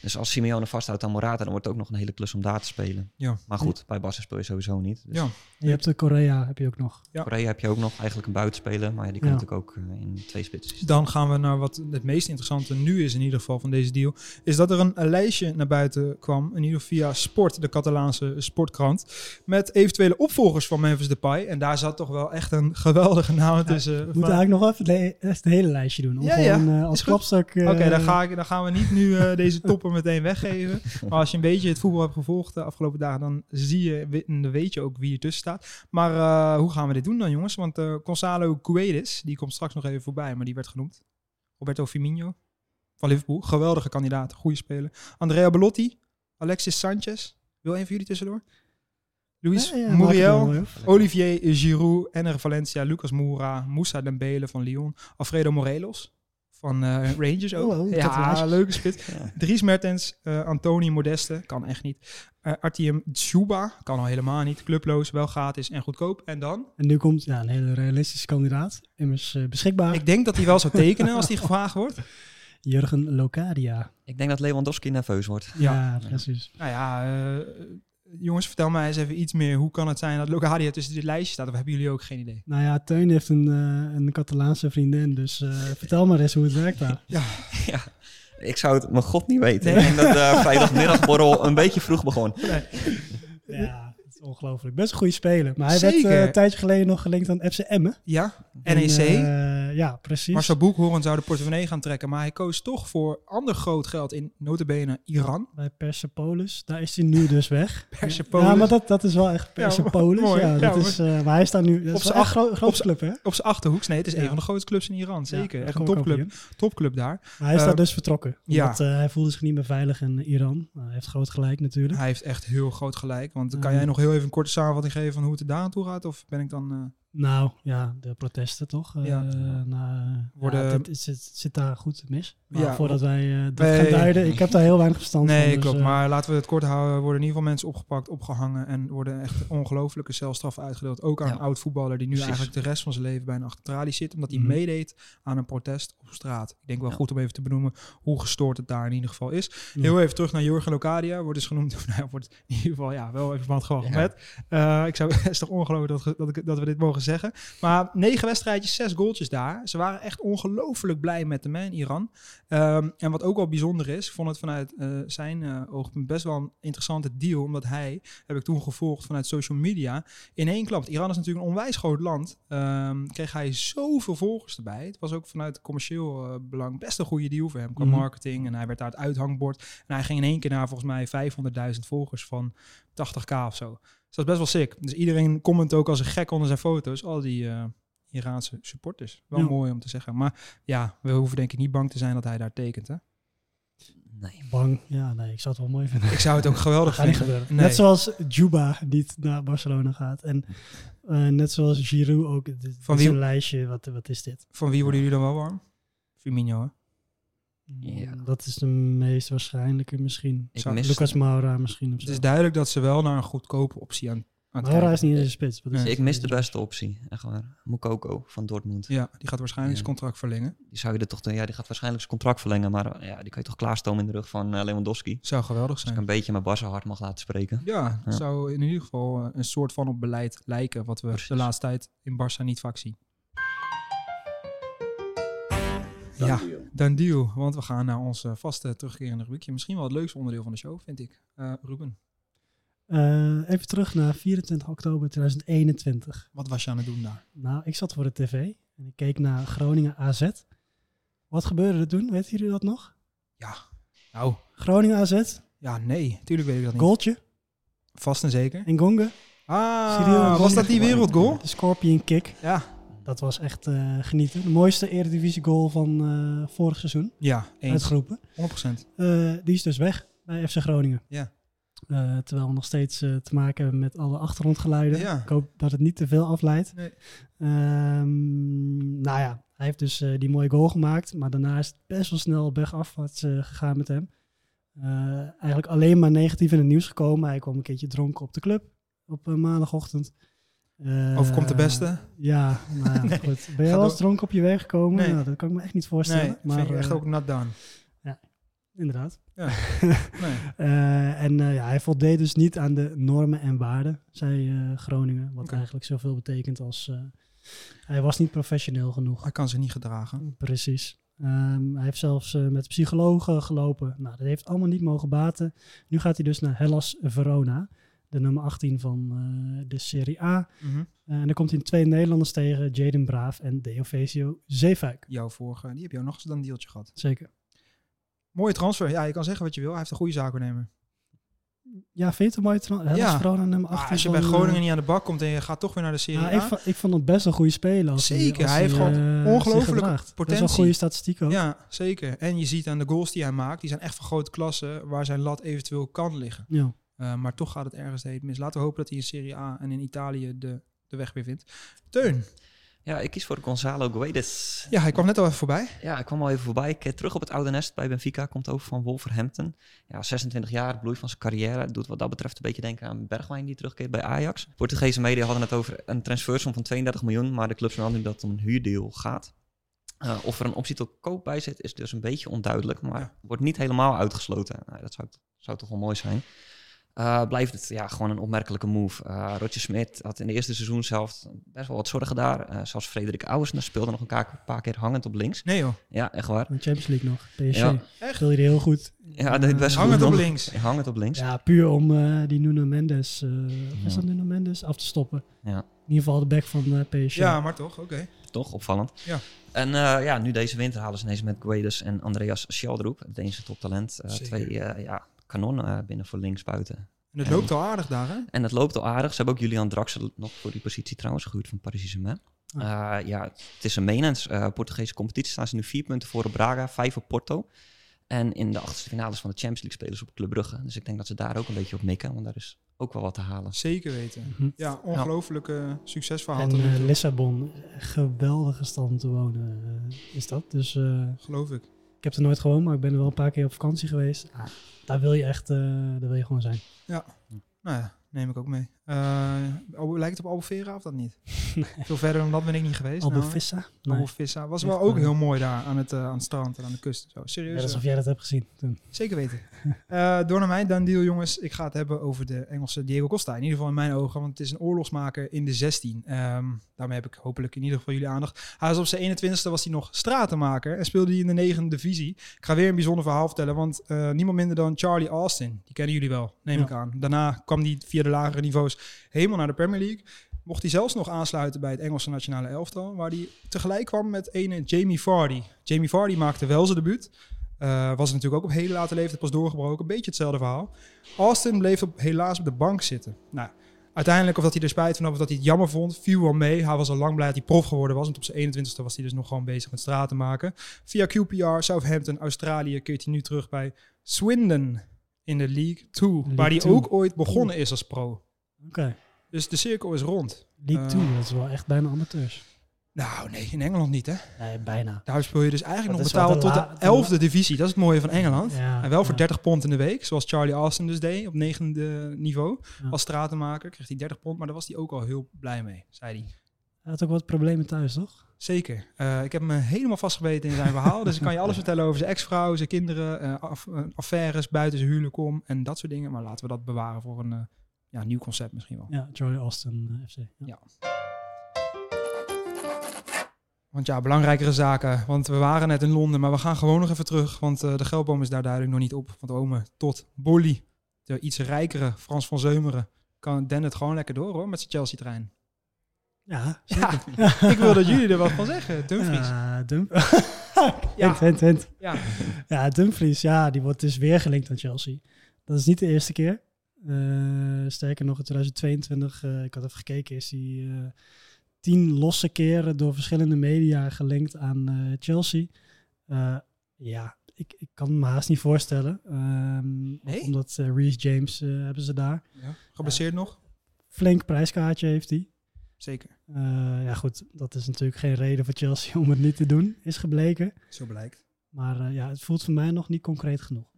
Speaker 7: Dus als Simeone vasthoudt aan Morata, dan wordt het ook nog een hele klus om daar te spelen.
Speaker 1: Ja.
Speaker 7: Maar goed, bij Barça speel je sowieso niet. Dus
Speaker 1: Ja.
Speaker 6: Je hebt de Korea, heb je ook nog.
Speaker 1: Ja.
Speaker 7: Korea heb je ook nog eigenlijk een buitenspeler. Maar ja, die kan
Speaker 6: Ja.
Speaker 7: natuurlijk ook eh, in twee spitsen.
Speaker 1: Dan gaan we naar wat het meest interessante nu is in ieder geval van deze deal. Is dat er een een lijstje naar buiten kwam, in ieder geval via Sport, de Catalaanse sportkrant. Met eventuele opvolgers van Memphis Depay. En daar zat toch wel echt een geweldige naam tussen.
Speaker 6: We
Speaker 1: Van-
Speaker 6: moeten eigenlijk nog even de, echt het hele lijstje doen. Om
Speaker 1: Ja, ja.
Speaker 6: gewoon eh, als
Speaker 1: Is goed.
Speaker 6: klapstuk... eh,
Speaker 1: Oké, dan, ga ik- dan gaan we niet nu eh, deze topper meteen weggeven. Maar als je een beetje het voetbal hebt gevolgd de afgelopen dagen, dan zie je, we- dan weet je ook wie er tussen staat. Maar eh, hoe gaan we dit doen dan, jongens? Want eh, Gonzalo Cuedes, die komt straks nog even voorbij, maar die werd genoemd. Roberto Firmino van Liverpool, geweldige kandidaat, goede speler. Andrea Belotti, Alexis Sanchez, wil een van jullie tussendoor? Luis
Speaker 6: Ja, ja,
Speaker 1: Muriel,
Speaker 6: mag je wel, hoor.
Speaker 1: Olivier Giroud, Ener Valencia, Lucas Moura, Moussa Dembele van Lyon, Alfredo Morelos van eh, Rangers ook.
Speaker 6: Oh, oh,
Speaker 1: ja,
Speaker 6: tatoeage.
Speaker 1: leuke spits.
Speaker 7: Ja.
Speaker 1: Dries Mertens, eh Antoni Modeste, kan echt niet. Eh Artiem Tsuba, kan al helemaal niet. Clubloos, wel gratis en goedkoop. En dan?
Speaker 6: En nu komt ja, een hele realistische kandidaat. Immers eh, beschikbaar.
Speaker 1: Ik denk dat hij wel zou tekenen als hij gevraagd wordt.
Speaker 6: Jurgen Locadia.
Speaker 7: Ik denk dat Lewandowski nerveus wordt.
Speaker 1: Ja.
Speaker 6: Ja, precies.
Speaker 1: Nou ja, eh, jongens, vertel mij eens even iets meer. Hoe kan het zijn dat Locadia tussen dit lijstje staat? Of hebben jullie ook geen idee?
Speaker 6: Nou ja, Teun heeft een, eh, een Catalaanse vriendin. Dus eh, vertel maar eens hoe het werkt daar.
Speaker 7: Ja, ik zou het mijn god niet weten. Ik denk dat de vrijdagmiddagborrel een beetje vroeg begon.
Speaker 6: Ja, het is ongelooflijk. Best een goede speler. Maar hij werd
Speaker 1: Zeker. E
Speaker 6: eh, een tijdje geleden nog gelinkt aan FC Emmen.
Speaker 1: Ja,
Speaker 6: En,
Speaker 1: NEC.
Speaker 6: eh, ja, precies.
Speaker 1: Marcel Boekhoorn zou de portemonnee gaan trekken, maar hij koos toch voor ander groot geld in notabene Iran.
Speaker 6: Bij Persepolis. Daar is hij nu dus weg.
Speaker 1: Persepolis.
Speaker 6: Ja, maar dat, dat is wel echt
Speaker 1: Ja,
Speaker 6: Persepolis. Ja,
Speaker 1: mooi. Ja,
Speaker 6: dat
Speaker 1: hoor.
Speaker 6: is, eh, maar hij is daar nu... Dat
Speaker 1: Op
Speaker 6: is wel
Speaker 1: z'n
Speaker 6: echt gro groot
Speaker 1: op z'n-
Speaker 6: club, hè?
Speaker 1: Op zijn achterhoek. Nee, het is
Speaker 6: Ja.
Speaker 1: een van de grootste clubs in Iran. Zeker.
Speaker 6: Ja,
Speaker 1: Echt
Speaker 6: daar
Speaker 1: een
Speaker 6: kom ik ook
Speaker 1: topclub,
Speaker 6: in.
Speaker 1: topclub daar.
Speaker 6: Maar hij is
Speaker 1: Eh,
Speaker 6: daar dus vertrokken.
Speaker 1: ja.
Speaker 6: Omdat eh, hij voelde zich niet meer veilig in Iran. Nou, hij heeft groot gelijk natuurlijk.
Speaker 1: Hij heeft echt heel groot gelijk. Want kan
Speaker 6: Ja.
Speaker 1: jij nog heel even een korte samenvatting geven van hoe het er daar aan toe gaat? Of ben ik dan. eh,
Speaker 6: Nou ja, de protesten toch? Eh,
Speaker 1: Ja.
Speaker 6: nou,
Speaker 1: Worden-
Speaker 6: ja, dit, is- het zit daar goed mis. Maar
Speaker 1: Ja,
Speaker 6: voordat wij eh, dat
Speaker 1: Nee.
Speaker 6: gaan duiden, ik heb daar heel weinig verstand van.
Speaker 1: Nee,
Speaker 6: dus,
Speaker 1: klopt.
Speaker 6: eh,
Speaker 1: Maar laten we het kort houden. Er worden in ieder geval mensen opgepakt, opgehangen. En worden echt ongelooflijke celstraffen uitgedeeld. Ook aan
Speaker 7: Ja.
Speaker 1: een oud voetballer die nu
Speaker 7: Precies.
Speaker 1: eigenlijk de rest van zijn leven bijna achter tralies zit. Omdat hij
Speaker 6: Mhm.
Speaker 1: meedeed aan een protest op straat. Ik denk wel
Speaker 7: Ja.
Speaker 1: goed om even te benoemen hoe gestoord het daar in ieder geval is.
Speaker 6: Ja.
Speaker 1: Heel even terug naar Jurgen Locadia. Wordt dus genoemd. of Nou, ja, wordt in ieder geval ja, wel even verband gewacht
Speaker 7: Ja.
Speaker 1: met. Eh, ik zou, het is toch ongelooflijk dat, ge- dat, ik- dat we dit mogen zeggen. Maar negen wedstrijdjes, zes goaltjes daar. Ze waren echt ongelooflijk blij met de man Iran. Ehm, en wat ook wel bijzonder is, ik vond het vanuit eh, zijn eh, oogpunt best wel een interessante deal. Omdat hij, heb ik toen gevolgd vanuit social media, in één klap. want Iran is natuurlijk een onwijs groot land. ehm, kreeg hij zoveel volgers erbij. Het was ook vanuit commercieel eh, belang best een goede deal voor hem. Qua
Speaker 6: Mhm.
Speaker 1: marketing en hij werd daar het uithangbord. En hij ging in één keer naar volgens mij 500.000 volgers van 80k of zo. Dus dat is best wel sick. Dus iedereen comment ook als een gek onder zijn foto's. Al die eh, Iraanse supporters. Wel
Speaker 6: Ja.
Speaker 1: mooi om te zeggen. Maar ja, we hoeven denk ik niet bang te zijn dat hij daar tekent. Hè?
Speaker 7: Nee.
Speaker 6: Bang. Ja, nee, ik zou het wel mooi vinden.
Speaker 1: Ik zou het ook geweldig
Speaker 6: Gaat niet
Speaker 1: vinden.
Speaker 6: gebeuren.
Speaker 1: Nee.
Speaker 6: Net zoals Juba, die t- naar Barcelona gaat. En eh, net zoals Giroud ook. Dit- Dit,
Speaker 1: Van
Speaker 6: is
Speaker 1: wie-
Speaker 6: een lijstje. Wat, wat is dit?
Speaker 1: Van wie worden jullie dan wel warm? Firmino, hè?
Speaker 7: Ja.
Speaker 6: Dat is de meest waarschijnlijke misschien.
Speaker 7: Ik
Speaker 1: Zou-
Speaker 7: mis,
Speaker 6: Lucas Moura misschien of
Speaker 1: Het
Speaker 6: zo.
Speaker 1: is duidelijk dat ze wel naar een goedkope optie aan, aan het
Speaker 6: Moura
Speaker 1: kijken
Speaker 6: is niet eens een spits. wat is
Speaker 1: eh, Nee.
Speaker 6: het?
Speaker 7: ik mis de beste optie, echt waar. Mokoko van Dortmund.
Speaker 1: Ja, die gaat waarschijnlijk
Speaker 7: Ja.
Speaker 1: zijn contract verlengen.
Speaker 7: Die, zou je er toch, ja, die gaat waarschijnlijk zijn contract verlengen, maar eh, ja, die kan je toch klaarstomen in de rug van eh, Lewandowski.
Speaker 1: Zou geweldig
Speaker 7: Als ik
Speaker 1: zijn.
Speaker 7: een beetje mijn Barca hard mag laten spreken.
Speaker 1: Ja,
Speaker 7: Ja.
Speaker 1: zou in ieder geval eh, een soort van op beleid lijken. Wat we
Speaker 7: Precies.
Speaker 1: de laatste tijd in Barça niet vaak zien. ja, dan deal. Want we gaan naar ons eh, vaste terugkerende rubriekje. Misschien wel het leukste onderdeel van de show, vind ik. Eh, Ruben,
Speaker 6: Eh, even terug naar 24 oktober 2021.
Speaker 1: wat was je aan het doen daar?
Speaker 6: Nou, ik zat voor de tv en ik keek naar Groningen AZ. Wat gebeurde er toen? Weten jullie dat nog?
Speaker 1: Nou,
Speaker 6: Groningen AZ,
Speaker 1: ja, nee. Tuurlijk weet ik dat niet.
Speaker 6: goaltje,
Speaker 1: Vast en zeker.
Speaker 6: Ngonge.
Speaker 1: Ah,
Speaker 6: Cyril
Speaker 1: was dat die wereldgoal?
Speaker 6: De Scorpion kick.
Speaker 1: Ja.
Speaker 6: Dat was echt eh, genieten. De mooiste eredivisie goal van eh, vorig seizoen.
Speaker 1: Ja, eens. 100%.
Speaker 6: Uitgeroepen. Eh, die is dus weg bij FC Groningen.
Speaker 1: Ja.
Speaker 6: Eh, terwijl we nog steeds eh, te maken hebben met alle achtergrondgeluiden.
Speaker 1: Ja.
Speaker 6: Ik hoop dat het niet te veel afleidt.
Speaker 1: Nee.
Speaker 6: Ehm, nou ja, hij heeft dus eh, die mooie goal gemaakt. Maar daarna is het best wel snel bergafwaarts eh, gegaan met hem. Eh, eigenlijk alleen maar negatief in het nieuws gekomen. Hij kwam een keertje dronken op de club op eh, maandagochtend. Eh,
Speaker 1: Overkomt de beste?
Speaker 6: Ja, nou ja,
Speaker 1: Nee.
Speaker 6: goed. Ben
Speaker 1: Ga
Speaker 6: jij wel eens
Speaker 1: door.
Speaker 6: dronken op je weg gekomen?
Speaker 1: Nee.
Speaker 6: Nou, dat kan ik me echt niet
Speaker 1: Nee,
Speaker 6: voorstellen. maar
Speaker 1: vind ik echt
Speaker 6: eh,
Speaker 1: ook nat done.
Speaker 6: inderdaad.
Speaker 1: Nee.
Speaker 6: Eh, en eh, ja, hij voldeed dus niet aan de normen en waarden, zei eh, Groningen. Wat
Speaker 1: Oké.
Speaker 6: eigenlijk zoveel betekent als eh, hij was niet professioneel genoeg.
Speaker 1: Hij kan zich niet gedragen.
Speaker 6: Precies. Ehm, hij heeft zelfs eh, met psychologen gelopen. Nou, dat heeft allemaal niet mogen baten. Nu gaat hij dus naar Hellas Verona, de nummer 18 van eh, de Serie A.
Speaker 1: Mhm.
Speaker 6: Eh, en dan komt hij twee Nederlanders tegen, Jaden Braaf en Deofesio Zeefuik.
Speaker 1: Jouw vorige, die heb jou nog eens dan een deeltje gehad.
Speaker 6: Zeker.
Speaker 1: Mooie transfer. Ja, je kan zeggen wat je wil. Hij heeft een goede zaakwaarnemer.
Speaker 6: Ja, vind je het een mooie tra- Hellas
Speaker 1: Ja.
Speaker 6: Verona nummer 18
Speaker 1: Maar Ah, als je
Speaker 6: van,
Speaker 1: bij
Speaker 6: eh,
Speaker 1: Groningen niet aan de bak komt en je gaat toch weer naar de Serie
Speaker 6: Ja,
Speaker 1: A.
Speaker 6: ik, vond, ik vond hem best een goede speler. Als
Speaker 1: Zeker,
Speaker 6: als
Speaker 1: hij heeft gewoon
Speaker 6: eh, zich
Speaker 1: ongelooflijke
Speaker 6: gedraagt. Best wel
Speaker 1: potentie.
Speaker 6: goede statistiek ook.
Speaker 1: Ja, zeker. En je ziet aan de goals die hij maakt, die zijn echt van grote klasse, waar zijn lat eventueel kan liggen.
Speaker 6: Ja.
Speaker 1: Eh, maar toch gaat het ergens de heet mis. Laten we hopen dat hij in Serie A en in Italië de, de weg weer vindt. Teun.
Speaker 7: Ja, ik kies voor Gonzalo Guedes.
Speaker 1: Ja, hij kwam net al even voorbij.
Speaker 7: Ja, ik kwam al even voorbij. Ik keer terug op het oude nest bij Benfica. Komt over van Wolverhampton. Ja, 26 jaar, het bloei van zijn carrière. Doet wat dat betreft een beetje denken aan Bergwijn die terugkeert bij Ajax. Portugese media hadden het over een transfersom van 32 miljoen. Maar de clubs melden nu dat het om een huurdeel gaat. Eh, of er een optie tot koop bij zit is dus een beetje onduidelijk. Maar
Speaker 1: Ja.
Speaker 7: wordt niet helemaal uitgesloten. Nou, dat zou, zou toch wel mooi zijn. Eh, blijft het ja, gewoon een opmerkelijke move. Eh Roger Smit had in de eerste seizoen zelf best wel wat zorgen daar. Eh zelfs Frederik Ouwers speelde nog een ka- paar keer hangend op links.
Speaker 1: Nee joh.
Speaker 7: Ja, echt waar.
Speaker 6: De Champions League nog. PSG.
Speaker 7: Ja.
Speaker 1: Echt?
Speaker 6: Speelde hij heel goed.
Speaker 7: Ja, dat is best
Speaker 1: Hang het
Speaker 7: goed
Speaker 1: Mm. op
Speaker 7: nog.
Speaker 1: links.
Speaker 7: Ja, Hang het op links. Ja,
Speaker 6: Ja, puur om eh, die Nuno Mendes, eh, of is
Speaker 7: Ja.
Speaker 6: dat Nuno Mendes, af te stoppen.
Speaker 7: Ja.
Speaker 6: In ieder geval de back van eh, PSG.
Speaker 1: Ja, maar toch. Oké.
Speaker 7: Toch opvallend.
Speaker 1: Ja.
Speaker 7: En eh, ja, nu deze winter halen ze ineens met Guedes en Andreas Schjelderoep, het Deense toptalent. eh,
Speaker 1: Zeker.
Speaker 7: twee eh, ja, kanonnen eh, binnen voor linksbuiten.
Speaker 1: En het loopt al aardig daar, hè?
Speaker 7: En het loopt al aardig. Ze hebben ook Julian Draxler nog voor die positie trouwens gehuurd van Paris Saint-Germain.
Speaker 1: Ah.
Speaker 7: Eh, ja, het is een menens. Eh, Portugese competitie staan ze nu vier punten voor op Braga, vijf op Porto. En in de achtste finales van de Champions League spelen ze op Club Brugge. Dus ik denk dat ze daar ook een beetje op mikken, want daar is ook wel wat te halen.
Speaker 1: Zeker weten.
Speaker 6: Mhm.
Speaker 1: Ja, ongelooflijk eh, succesverhaal.
Speaker 6: En
Speaker 1: tot nu
Speaker 6: eh,
Speaker 1: toe.
Speaker 6: Lissabon, geweldige stad om te wonen eh, is dat. Dus eh,
Speaker 1: Geloof ik.
Speaker 6: ik heb er nooit gewoond, maar ik ben er wel een paar keer op vakantie geweest. Ah, daar wil je echt, eh, daar wil je gewoon zijn.
Speaker 1: Nou ja, neem ik ook mee. Eh, Al- lijkt het op Albufeira of dat niet? Veel verder dan dat ben ik niet geweest. nou.
Speaker 6: Albufissa? Nee.
Speaker 1: Albufissa was
Speaker 6: Echt
Speaker 1: wel ook
Speaker 6: waar.
Speaker 1: heel mooi daar aan het, eh, aan het strand en aan de kust. en Zo. Serieus.
Speaker 6: Net
Speaker 1: eh,
Speaker 6: alsof jij dat hebt gezien toen.
Speaker 1: Zeker weten. Eh, door naar mij, dan deal jongens. Ik ga het hebben over de Engelse Diego Costa. In ieder geval in mijn ogen, want het is een oorlogsmaker in de 16. Ehm, daarmee heb ik hopelijk in ieder geval jullie aandacht. Hij was op zijn 21ste was hij nog stratenmaker en speelde hij in de negende divisie. Ik ga weer een bijzonder verhaal vertellen, want eh, niemand minder dan Charlie Austin. Die kennen jullie wel, neem
Speaker 6: Ja.
Speaker 1: ik aan. Daarna kwam hij via de lagere niveaus helemaal naar de Premier League. Mocht hij zelfs nog aansluiten bij het Engelse nationale elftal, waar hij tegelijk kwam met ene Jamie Vardy. Jamie Vardy maakte wel zijn debuut. Eh, was natuurlijk ook op hele late leeftijd pas doorgebroken. Een beetje hetzelfde verhaal. Austin bleef op, helaas op de bank zitten. Nou, Uiteindelijk, of dat hij er spijt van had, of dat hij het jammer vond, viel wel mee. Hij was al lang blij dat hij prof geworden was. Want op zijn 21ste was hij dus nog gewoon bezig met straten maken. Via QPR, Southampton, Australië keert hij nu terug bij Swindon in de League 2.
Speaker 6: League
Speaker 1: Waar hij
Speaker 6: Two.
Speaker 1: ook ooit begonnen is als pro.
Speaker 6: Oké.
Speaker 1: Dus de cirkel is rond.
Speaker 6: League
Speaker 1: Eh.
Speaker 6: 2, dat is wel echt bijna amateurs.
Speaker 1: Nou nee, in Engeland niet hè.
Speaker 6: Nee, bijna.
Speaker 1: Daar speel je dus eigenlijk
Speaker 6: Dat
Speaker 1: nog
Speaker 6: is wel
Speaker 1: betaald
Speaker 6: de
Speaker 1: tot
Speaker 6: la-
Speaker 1: de
Speaker 6: de la-
Speaker 1: 11e divisie. Dat is het mooie van Engeland.
Speaker 6: Ja,
Speaker 1: en wel voor
Speaker 6: ja.
Speaker 1: 30 pond in de week, zoals Charlie Austin dus deed op negende niveau.
Speaker 6: Ja.
Speaker 1: Als stratenmaker kreeg hij 30 pond, maar daar was hij ook al heel blij mee, zei hij.
Speaker 6: Hij had ook wat problemen thuis, toch?
Speaker 1: Zeker. Eh, ik heb me helemaal vastgebeten in zijn verhaal. dus ik kan je alles vertellen over zijn ex-vrouw, zijn kinderen, eh, af- eh, affaires buiten zijn huwelijk om en dat soort dingen. Maar laten we dat bewaren voor een eh, ja, nieuw concept misschien wel.
Speaker 6: Ja, Charlie Austin eh, FC. Ja.
Speaker 1: Want ja, belangrijkere zaken. Want we waren net in Londen, maar we gaan gewoon nog even terug. Want eh, de geldboom is daar duidelijk nog niet op. Want Ome tot Bolly, de iets rijkere Frans van Zeumeren, kan Den het gewoon lekker door hoor, met zijn Chelsea-trein.
Speaker 6: Ja,
Speaker 1: Ja, ik wil dat jullie er wat van zeggen, Dumfries. Ja,
Speaker 6: Ja, Dump
Speaker 1: Ja.
Speaker 6: hint, hint, hint.
Speaker 1: ja.
Speaker 6: Ja, Dumfries, ja, die wordt dus weer gelinkt aan Chelsea. Dat is niet de eerste keer. Eh, sterker nog, in 2022, eh, ik had even gekeken, is hij eh, tien losse keren door verschillende media gelinkt aan eh, Chelsea. Eh, ja, ik, ik kan me haast niet voorstellen. Ehm,
Speaker 1: Nee?
Speaker 6: Omdat eh, Reece James eh, hebben ze daar.
Speaker 1: Geblesseerd nog?
Speaker 6: Flink prijskaartje heeft hij.
Speaker 1: Zeker.
Speaker 6: Eh, ja, goed, dat is natuurlijk geen reden voor Chelsea om het niet te doen, is gebleken.
Speaker 1: Zo blijkt.
Speaker 6: Maar eh, ja, het voelt voor mij nog niet concreet genoeg.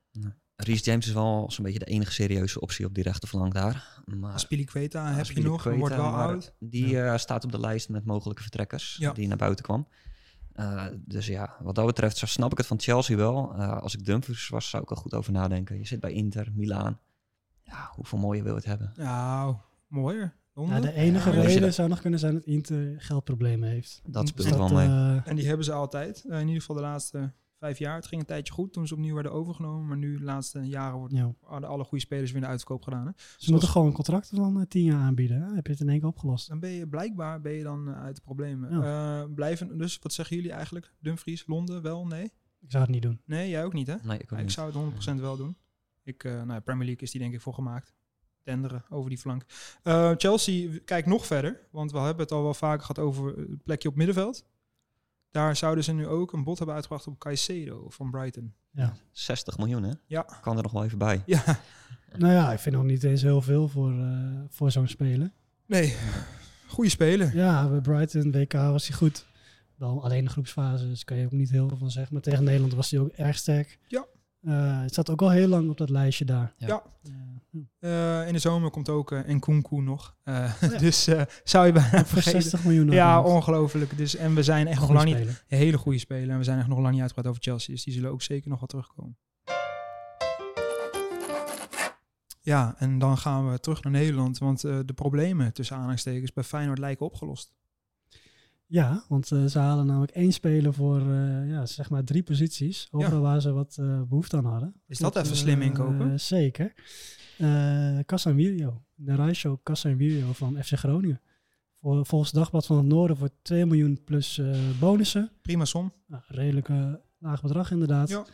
Speaker 7: Reece James is wel zo'n beetje de enige serieuze optie op die rechterflank daar. Maar
Speaker 1: Aspiliqueta heb je
Speaker 7: Aspilicueta,
Speaker 1: nog, maar wordt wel
Speaker 7: maar
Speaker 1: oud.
Speaker 7: Die eh, staat op de lijst met mogelijke vertrekkers
Speaker 1: Ja.
Speaker 7: die naar buiten kwam. Eh, dus ja, wat dat betreft zo snap ik het van Chelsea wel. Eh, als ik Dumfries was, zou ik er goed over nadenken. Je zit bij Inter, Milaan. Ja, hoeveel mooier wil je het hebben?
Speaker 1: Nou, mooier.
Speaker 6: Ja,
Speaker 1: Londen.
Speaker 6: de enige
Speaker 1: Ja,
Speaker 7: als je
Speaker 6: reden
Speaker 7: dat-
Speaker 6: zou nog kunnen zijn dat Inter geldproblemen heeft.
Speaker 7: Dat
Speaker 1: Dus
Speaker 7: speelt
Speaker 6: Dus dat,
Speaker 7: wel mee.
Speaker 6: eh,
Speaker 1: En die hebben ze altijd. Eh, in ieder geval de laatste vijf jaar. Het ging een tijdje goed toen ze opnieuw werden overgenomen. Maar nu, de laatste jaren, wordt
Speaker 6: ja.
Speaker 1: alle, alle goede spelers weer in de uitverkoop gedaan. Hè?
Speaker 6: Ze moeten gewoon contracten van eh, tien jaar aanbieden. hè? Dan heb je het in één keer opgelost.
Speaker 1: Dan ben je blijkbaar ben je dan eh, uit de problemen. Eh, blijven, dus wat zeggen jullie eigenlijk? Dumfries, Londen, wel, nee?
Speaker 6: Ik zou het niet doen.
Speaker 1: Nee, jij ook niet, hè?
Speaker 7: Nee, ik ook
Speaker 1: ik
Speaker 7: niet.
Speaker 1: zou het 100% wel doen. Ik, eh, nou, ja, Premier League is die denk ik voor gemaakt. Denderen over die flank. Eh, Chelsea, kijk nog verder. Want we hebben het al wel vaker gehad over eh, het plekje op middenveld. Daar zouden ze nu ook een bod hebben uitgebracht op Caicedo van Brighton.
Speaker 7: 60 miljoen, hè?
Speaker 1: Ja.
Speaker 7: Kan er nog wel even bij.
Speaker 1: Ja,
Speaker 6: Nou ja, ik vind nog niet eens heel veel voor, eh, voor zo'n speler.
Speaker 1: nee. Goeie speler.
Speaker 6: Ja, bij Brighton, WK was hij goed. Wel alleen de groepsfase, dus kan je ook niet heel veel van zeggen. Maar tegen Nederland was hij ook erg sterk.
Speaker 1: Ja.
Speaker 6: Eh, het zat ook al heel lang op dat lijstje daar.
Speaker 7: Ja.
Speaker 1: Ja.
Speaker 6: Eh, hm.
Speaker 1: Eh, in de zomer komt ook eh, Nkunku nog. Eh,
Speaker 6: Oh Ja.
Speaker 1: Dus eh, zou je bijna
Speaker 6: Voor
Speaker 1: vergeten.
Speaker 6: 60 miljoen.
Speaker 1: Ja,
Speaker 6: euro.
Speaker 1: ongelooflijk. Dus, en we zijn echt nog
Speaker 6: Goeie
Speaker 1: lang niet
Speaker 6: speler.
Speaker 1: een hele goede speler. En we zijn echt nog lang niet uitgepraat over Chelsea. Dus die zullen ook zeker nog wel terugkomen. Ja, en dan gaan we terug naar Nederland. Want eh, de problemen tussen aanhalingstekens bij Feyenoord lijken opgelost.
Speaker 6: Ja, want eh, ze halen namelijk één speler voor eh, ja, zeg maar drie posities. Overal waar ze wat eh, behoefte aan hadden.
Speaker 1: Is dat
Speaker 6: Met,
Speaker 1: even slim
Speaker 6: eh,
Speaker 1: inkopen?
Speaker 6: zeker. Eh Casemiro. De Raisho Casemiro van FC Groningen. Voor, volgens Dagblad van het Noorden voor 2 miljoen plus eh, bonussen.
Speaker 1: Prima som.
Speaker 6: Nou, redelijk eh, laag bedrag inderdaad.
Speaker 1: Ja.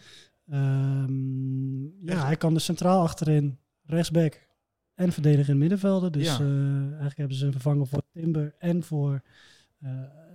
Speaker 6: Ehm, ja,
Speaker 1: Echt.
Speaker 6: hij kan dus centraal achterin, rechtsback en verdedigen in middenvelden. Dus
Speaker 1: Ja.
Speaker 6: eh, eigenlijk hebben ze hem vervangen voor Timber en voor eh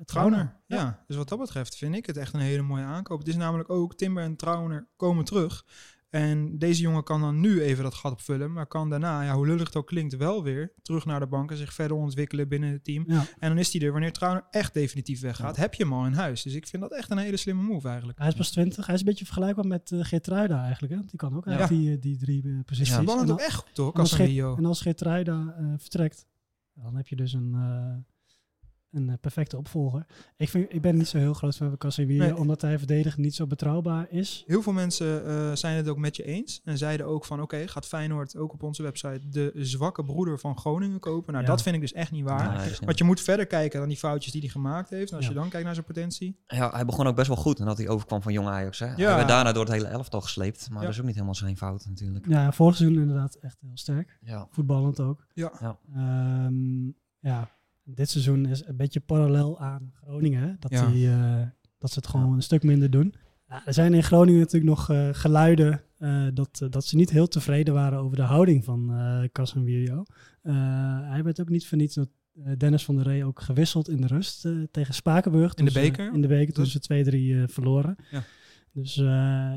Speaker 6: Trauner.
Speaker 1: Trauner. Ja. dus wat dat betreft vind ik het echt een hele mooie aankoop. Het is namelijk ook Timber en Trauner komen terug. En deze jongen kan dan nu even dat gat opvullen. Maar kan daarna, ja, hoe lullig het ook klinkt, wel weer terug naar de bank en zich verder ontwikkelen binnen het team.
Speaker 6: Ja.
Speaker 1: En dan is hij er wanneer Trauner echt definitief weggaat. Heb je hem al in huis. Dus ik vind dat echt een hele slimme move eigenlijk.
Speaker 6: Hij is pas 20. Hij is een beetje vergelijkbaar met eh Geertruida eigenlijk. Hè? Want Die kan ook
Speaker 1: Ja.
Speaker 6: eigenlijk die, eh, die drie eh, posities.
Speaker 7: Ja.
Speaker 1: Die ballen
Speaker 6: En
Speaker 1: ook
Speaker 6: al-
Speaker 1: echt goed hoor,
Speaker 6: en als Geert-
Speaker 1: Casemiro.
Speaker 6: En als Geertruida eh, vertrekt, dan heb je dus een, eh, een eh, perfecte opvolger. Ik, vind, ik ben niet zo heel groot fan van Casemiro,
Speaker 1: Nee.
Speaker 6: omdat hij verdedigend niet zo betrouwbaar is.
Speaker 1: Heel veel mensen eh, zijn het ook met je eens. En zeiden ook van oké, gaat Feyenoord ook op onze website de zwakke broeder van Groningen kopen. Nou,
Speaker 6: Ja.
Speaker 1: dat vind ik dus echt niet waar.
Speaker 7: Nee, dat is niet
Speaker 1: Want je moet verder kijken dan die foutjes die hij gemaakt heeft. En als je
Speaker 6: Ja.
Speaker 1: dan kijkt naar zijn potentie.
Speaker 7: Ja, hij begon ook best wel goed nadat hij overkwam van jong Ajax. Hè?
Speaker 1: Ja.
Speaker 7: Hij werd daarna door het hele elftal gesleept. Maar
Speaker 1: Ja.
Speaker 7: dat is ook niet helemaal zijn fout natuurlijk.
Speaker 6: Ja, vorig seizoen inderdaad echt heel sterk.
Speaker 7: Ja.
Speaker 6: Voetballend ook.
Speaker 1: Ja.
Speaker 7: Ja.
Speaker 6: Ehm, ja. Dit seizoen is een beetje parallel aan Groningen. hè? Dat,
Speaker 1: Ja.
Speaker 6: die, eh, dat ze het gewoon een stuk minder doen. Ja, er zijn in Groningen natuurlijk nog eh, geluiden eh, eh, dat, eh, dat ze niet heel tevreden waren over de houding van eh Casemiro. Eh, hij werd ook niet voor niets dat eh, Dennis van der Rey ook gewisseld in de rust eh, tegen Spakenburg.
Speaker 1: In de
Speaker 6: toen ze-
Speaker 1: beker? Dus-
Speaker 6: in de beker, toen ze 2-3 eh, verloren.
Speaker 1: Ja.
Speaker 6: Dus eh,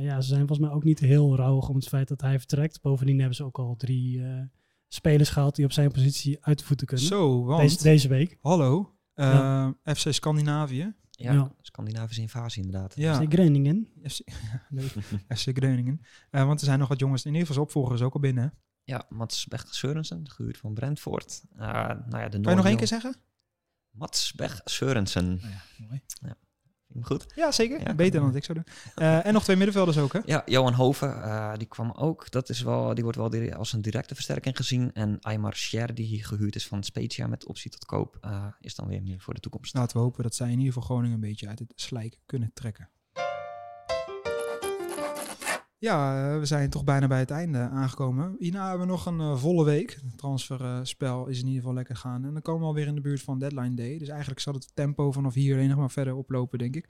Speaker 6: ja, ze zijn volgens mij ook niet heel rauwig om het feit dat hij vertrekt. Bovendien hebben ze ook al drie eh, spelers gehaald die op zijn positie uit de voeten kunnen.
Speaker 1: Zo, want...
Speaker 6: deze, deze week.
Speaker 1: Hallo. eh,
Speaker 6: Ja.
Speaker 1: FC Scandinavië.
Speaker 7: Ja,
Speaker 6: Ja.
Speaker 7: Scandinavische invasie inderdaad.
Speaker 1: Ja.
Speaker 6: FC Groningen.
Speaker 1: FC, leuk. FC Groningen. Eh, want er zijn nog wat jongens, in ieder geval zijn opvolger is ook al binnen. hè?
Speaker 7: Ja, Mats Bech Sørensen, gehuurd van Brentford. Ah, nou ja, de
Speaker 1: Kan je nog één keer zeggen? Oh
Speaker 7: Mats Bech Sørensen. Goed.
Speaker 1: Ja, zeker.
Speaker 7: Ja,
Speaker 1: Beter
Speaker 7: kan-
Speaker 1: dan dat ik zou doen. Eh, en nog twee middenvelders ook, hè?
Speaker 7: Ja, Johan Hoven, eh, die kwam ook. Dat is wel, die wordt wel di- als een directe versterking gezien. En Aymar Sher, die hier gehuurd is van Spezia met optie tot koop, eh, is dan weer meer voor de toekomst.
Speaker 1: Laten we hopen dat zij in ieder geval Groningen een beetje uit het slijk kunnen trekken. Ja, eh, we zijn toch bijna bij het einde aangekomen. Hierna hebben we nog een eh, volle week. Het transferspel is in ieder geval lekker gaan. En dan komen we alweer in de buurt van deadline day. Dus eigenlijk zal het tempo vanaf hier alleen nog maar verder oplopen, denk ik.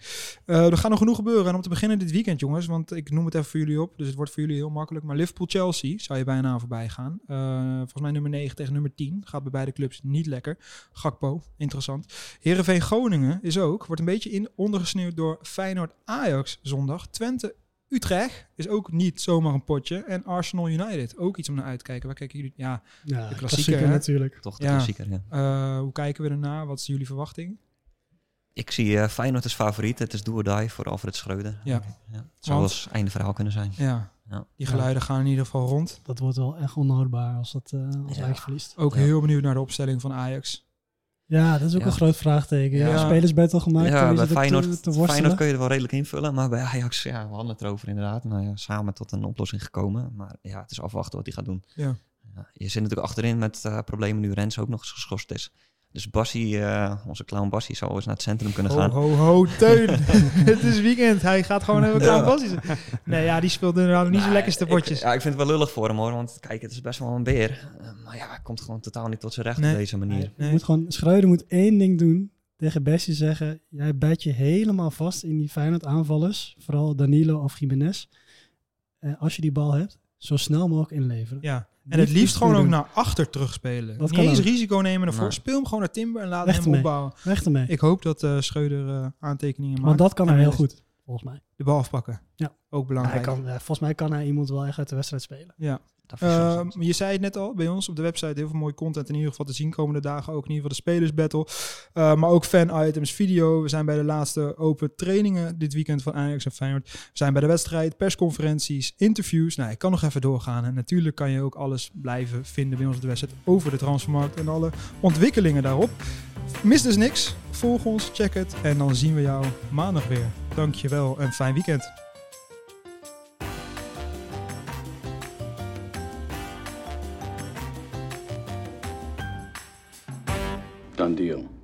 Speaker 1: Eh, er gaat nog genoeg gebeuren. En om te beginnen dit weekend, jongens. Want ik noem het even voor jullie op. Dus het wordt voor jullie heel makkelijk. Maar Liverpool-Chelsea zou je bijna aan voorbij gaan. Eh, volgens mij nummer 9 tegen nummer 10. Gaat bij beide clubs niet lekker. Gakpo, interessant. Heerenveen Groningen is ook, wordt een beetje in, ondergesneeuwd door Feyenoord Ajax zondag. Twente Utrecht is ook niet zomaar een potje. En Arsenal United, ook iets om naar uit te kijken. Waar kijken jullie? Ja,
Speaker 6: Ja,
Speaker 1: klassieker, hè?
Speaker 6: natuurlijk.
Speaker 7: Toch de
Speaker 1: Ja.
Speaker 7: klassieker, ja.
Speaker 1: eh, hoe kijken we ernaar? Wat is jullie verwachting?
Speaker 7: Ik zie eh, Feyenoord als favoriet. Het is do or die voor Alfred Schreuder.
Speaker 1: Ja.
Speaker 7: Ja, het zou
Speaker 1: Want-
Speaker 7: wel eens einde verhaal kunnen zijn.
Speaker 1: Ja,
Speaker 7: Ja.
Speaker 1: die geluiden gaan in ieder geval rond.
Speaker 6: Dat wordt wel echt onhoudbaar als, dat, eh, als
Speaker 7: Ja.
Speaker 6: Ajax verliest.
Speaker 1: Ook
Speaker 7: Ja.
Speaker 1: heel benieuwd naar de opstelling van Ajax.
Speaker 6: Ja, dat is ook
Speaker 7: Ja.
Speaker 6: een groot vraagteken. Ja.
Speaker 1: Ja.
Speaker 6: Spelersbattle gemaakt.
Speaker 7: ja,
Speaker 6: Ja,
Speaker 7: bij
Speaker 6: is Feyenoord,
Speaker 7: Feyenoord,
Speaker 6: te, te worstelen.
Speaker 7: Feyenoord kun je er wel redelijk invullen. Maar bij Ajax, ja, we hadden het erover inderdaad. Nou ja, samen tot een oplossing gekomen. Maar ja, het is afwachten wat hij gaat doen.
Speaker 1: Ja.
Speaker 7: Ja, je zit natuurlijk achterin met eh, problemen nu Rens ook nog eens geschorst is. Dus Bassie, eh, onze clown Bassie, zou eens naar het centrum kunnen
Speaker 1: Ho,
Speaker 7: gaan.
Speaker 1: ho, ho, Teun. het is weekend. Hij gaat gewoon even
Speaker 7: Ja.
Speaker 1: klaar Nee, ja, die speelde inderdaad nog niet zijn
Speaker 7: Nee,
Speaker 1: lekkerste
Speaker 7: ik-
Speaker 1: potjes.
Speaker 7: ja, ik vind het wel lullig voor hem hoor. Want kijk, het is best wel een beer. Eh, maar ja, hij komt gewoon totaal niet tot zijn recht
Speaker 1: Nee.
Speaker 7: op deze manier.
Speaker 6: Je
Speaker 1: Nee.
Speaker 6: Moet gewoon, Schreuder moet één ding doen. Tegen Bessie zeggen, jij bijt je helemaal vast in die Feyenoord aanvallers. Vooral Danilo of Jiménez. Eh, als je die bal hebt, zo snel mogelijk inleveren.
Speaker 1: Ja. En het liefst gewoon ook
Speaker 6: doen.
Speaker 1: naar achter terugspelen.
Speaker 6: Dat
Speaker 1: niet
Speaker 6: kan
Speaker 1: eens
Speaker 6: ook.
Speaker 1: risico nemen naar voren.
Speaker 7: Nee.
Speaker 1: Speel hem gewoon naar Timber en laat
Speaker 6: Weg
Speaker 1: hem
Speaker 6: ermee.
Speaker 1: opbouwen.
Speaker 6: Weg ermee.
Speaker 1: Ik hoop dat eh Schreuder eh, aantekeningen maakt.
Speaker 6: Want dat kan
Speaker 1: En
Speaker 6: hij heel
Speaker 1: is
Speaker 6: goed, volgens mij.
Speaker 1: De bal afpakken.
Speaker 6: Ja.
Speaker 1: Ook
Speaker 6: Hij
Speaker 1: belangrijk.
Speaker 6: kan, eh, volgens mij kan hij iemand wel echt uit de wedstrijd spelen.
Speaker 1: Ja.
Speaker 7: Dat vind ik zo
Speaker 1: Ehm, je zei het net al, bij ons op de website heel veel mooie content in ieder geval te zien komende dagen. Ook in ieder geval de spelersbattle. Eh, maar ook fan-items, video. We zijn bij de laatste open trainingen dit weekend van Ajax en Feyenoord. We zijn bij de wedstrijd, persconferenties, interviews. Nou, ik kan nog even doorgaan. En natuurlijk kan je ook alles blijven vinden bij ons op de website over de transfermarkt en alle ontwikkelingen daarop. Mis dus niks. Volg ons, check het. En dan zien we jou maandag weer. Dankjewel en fijn weekend.
Speaker 8: Done deal.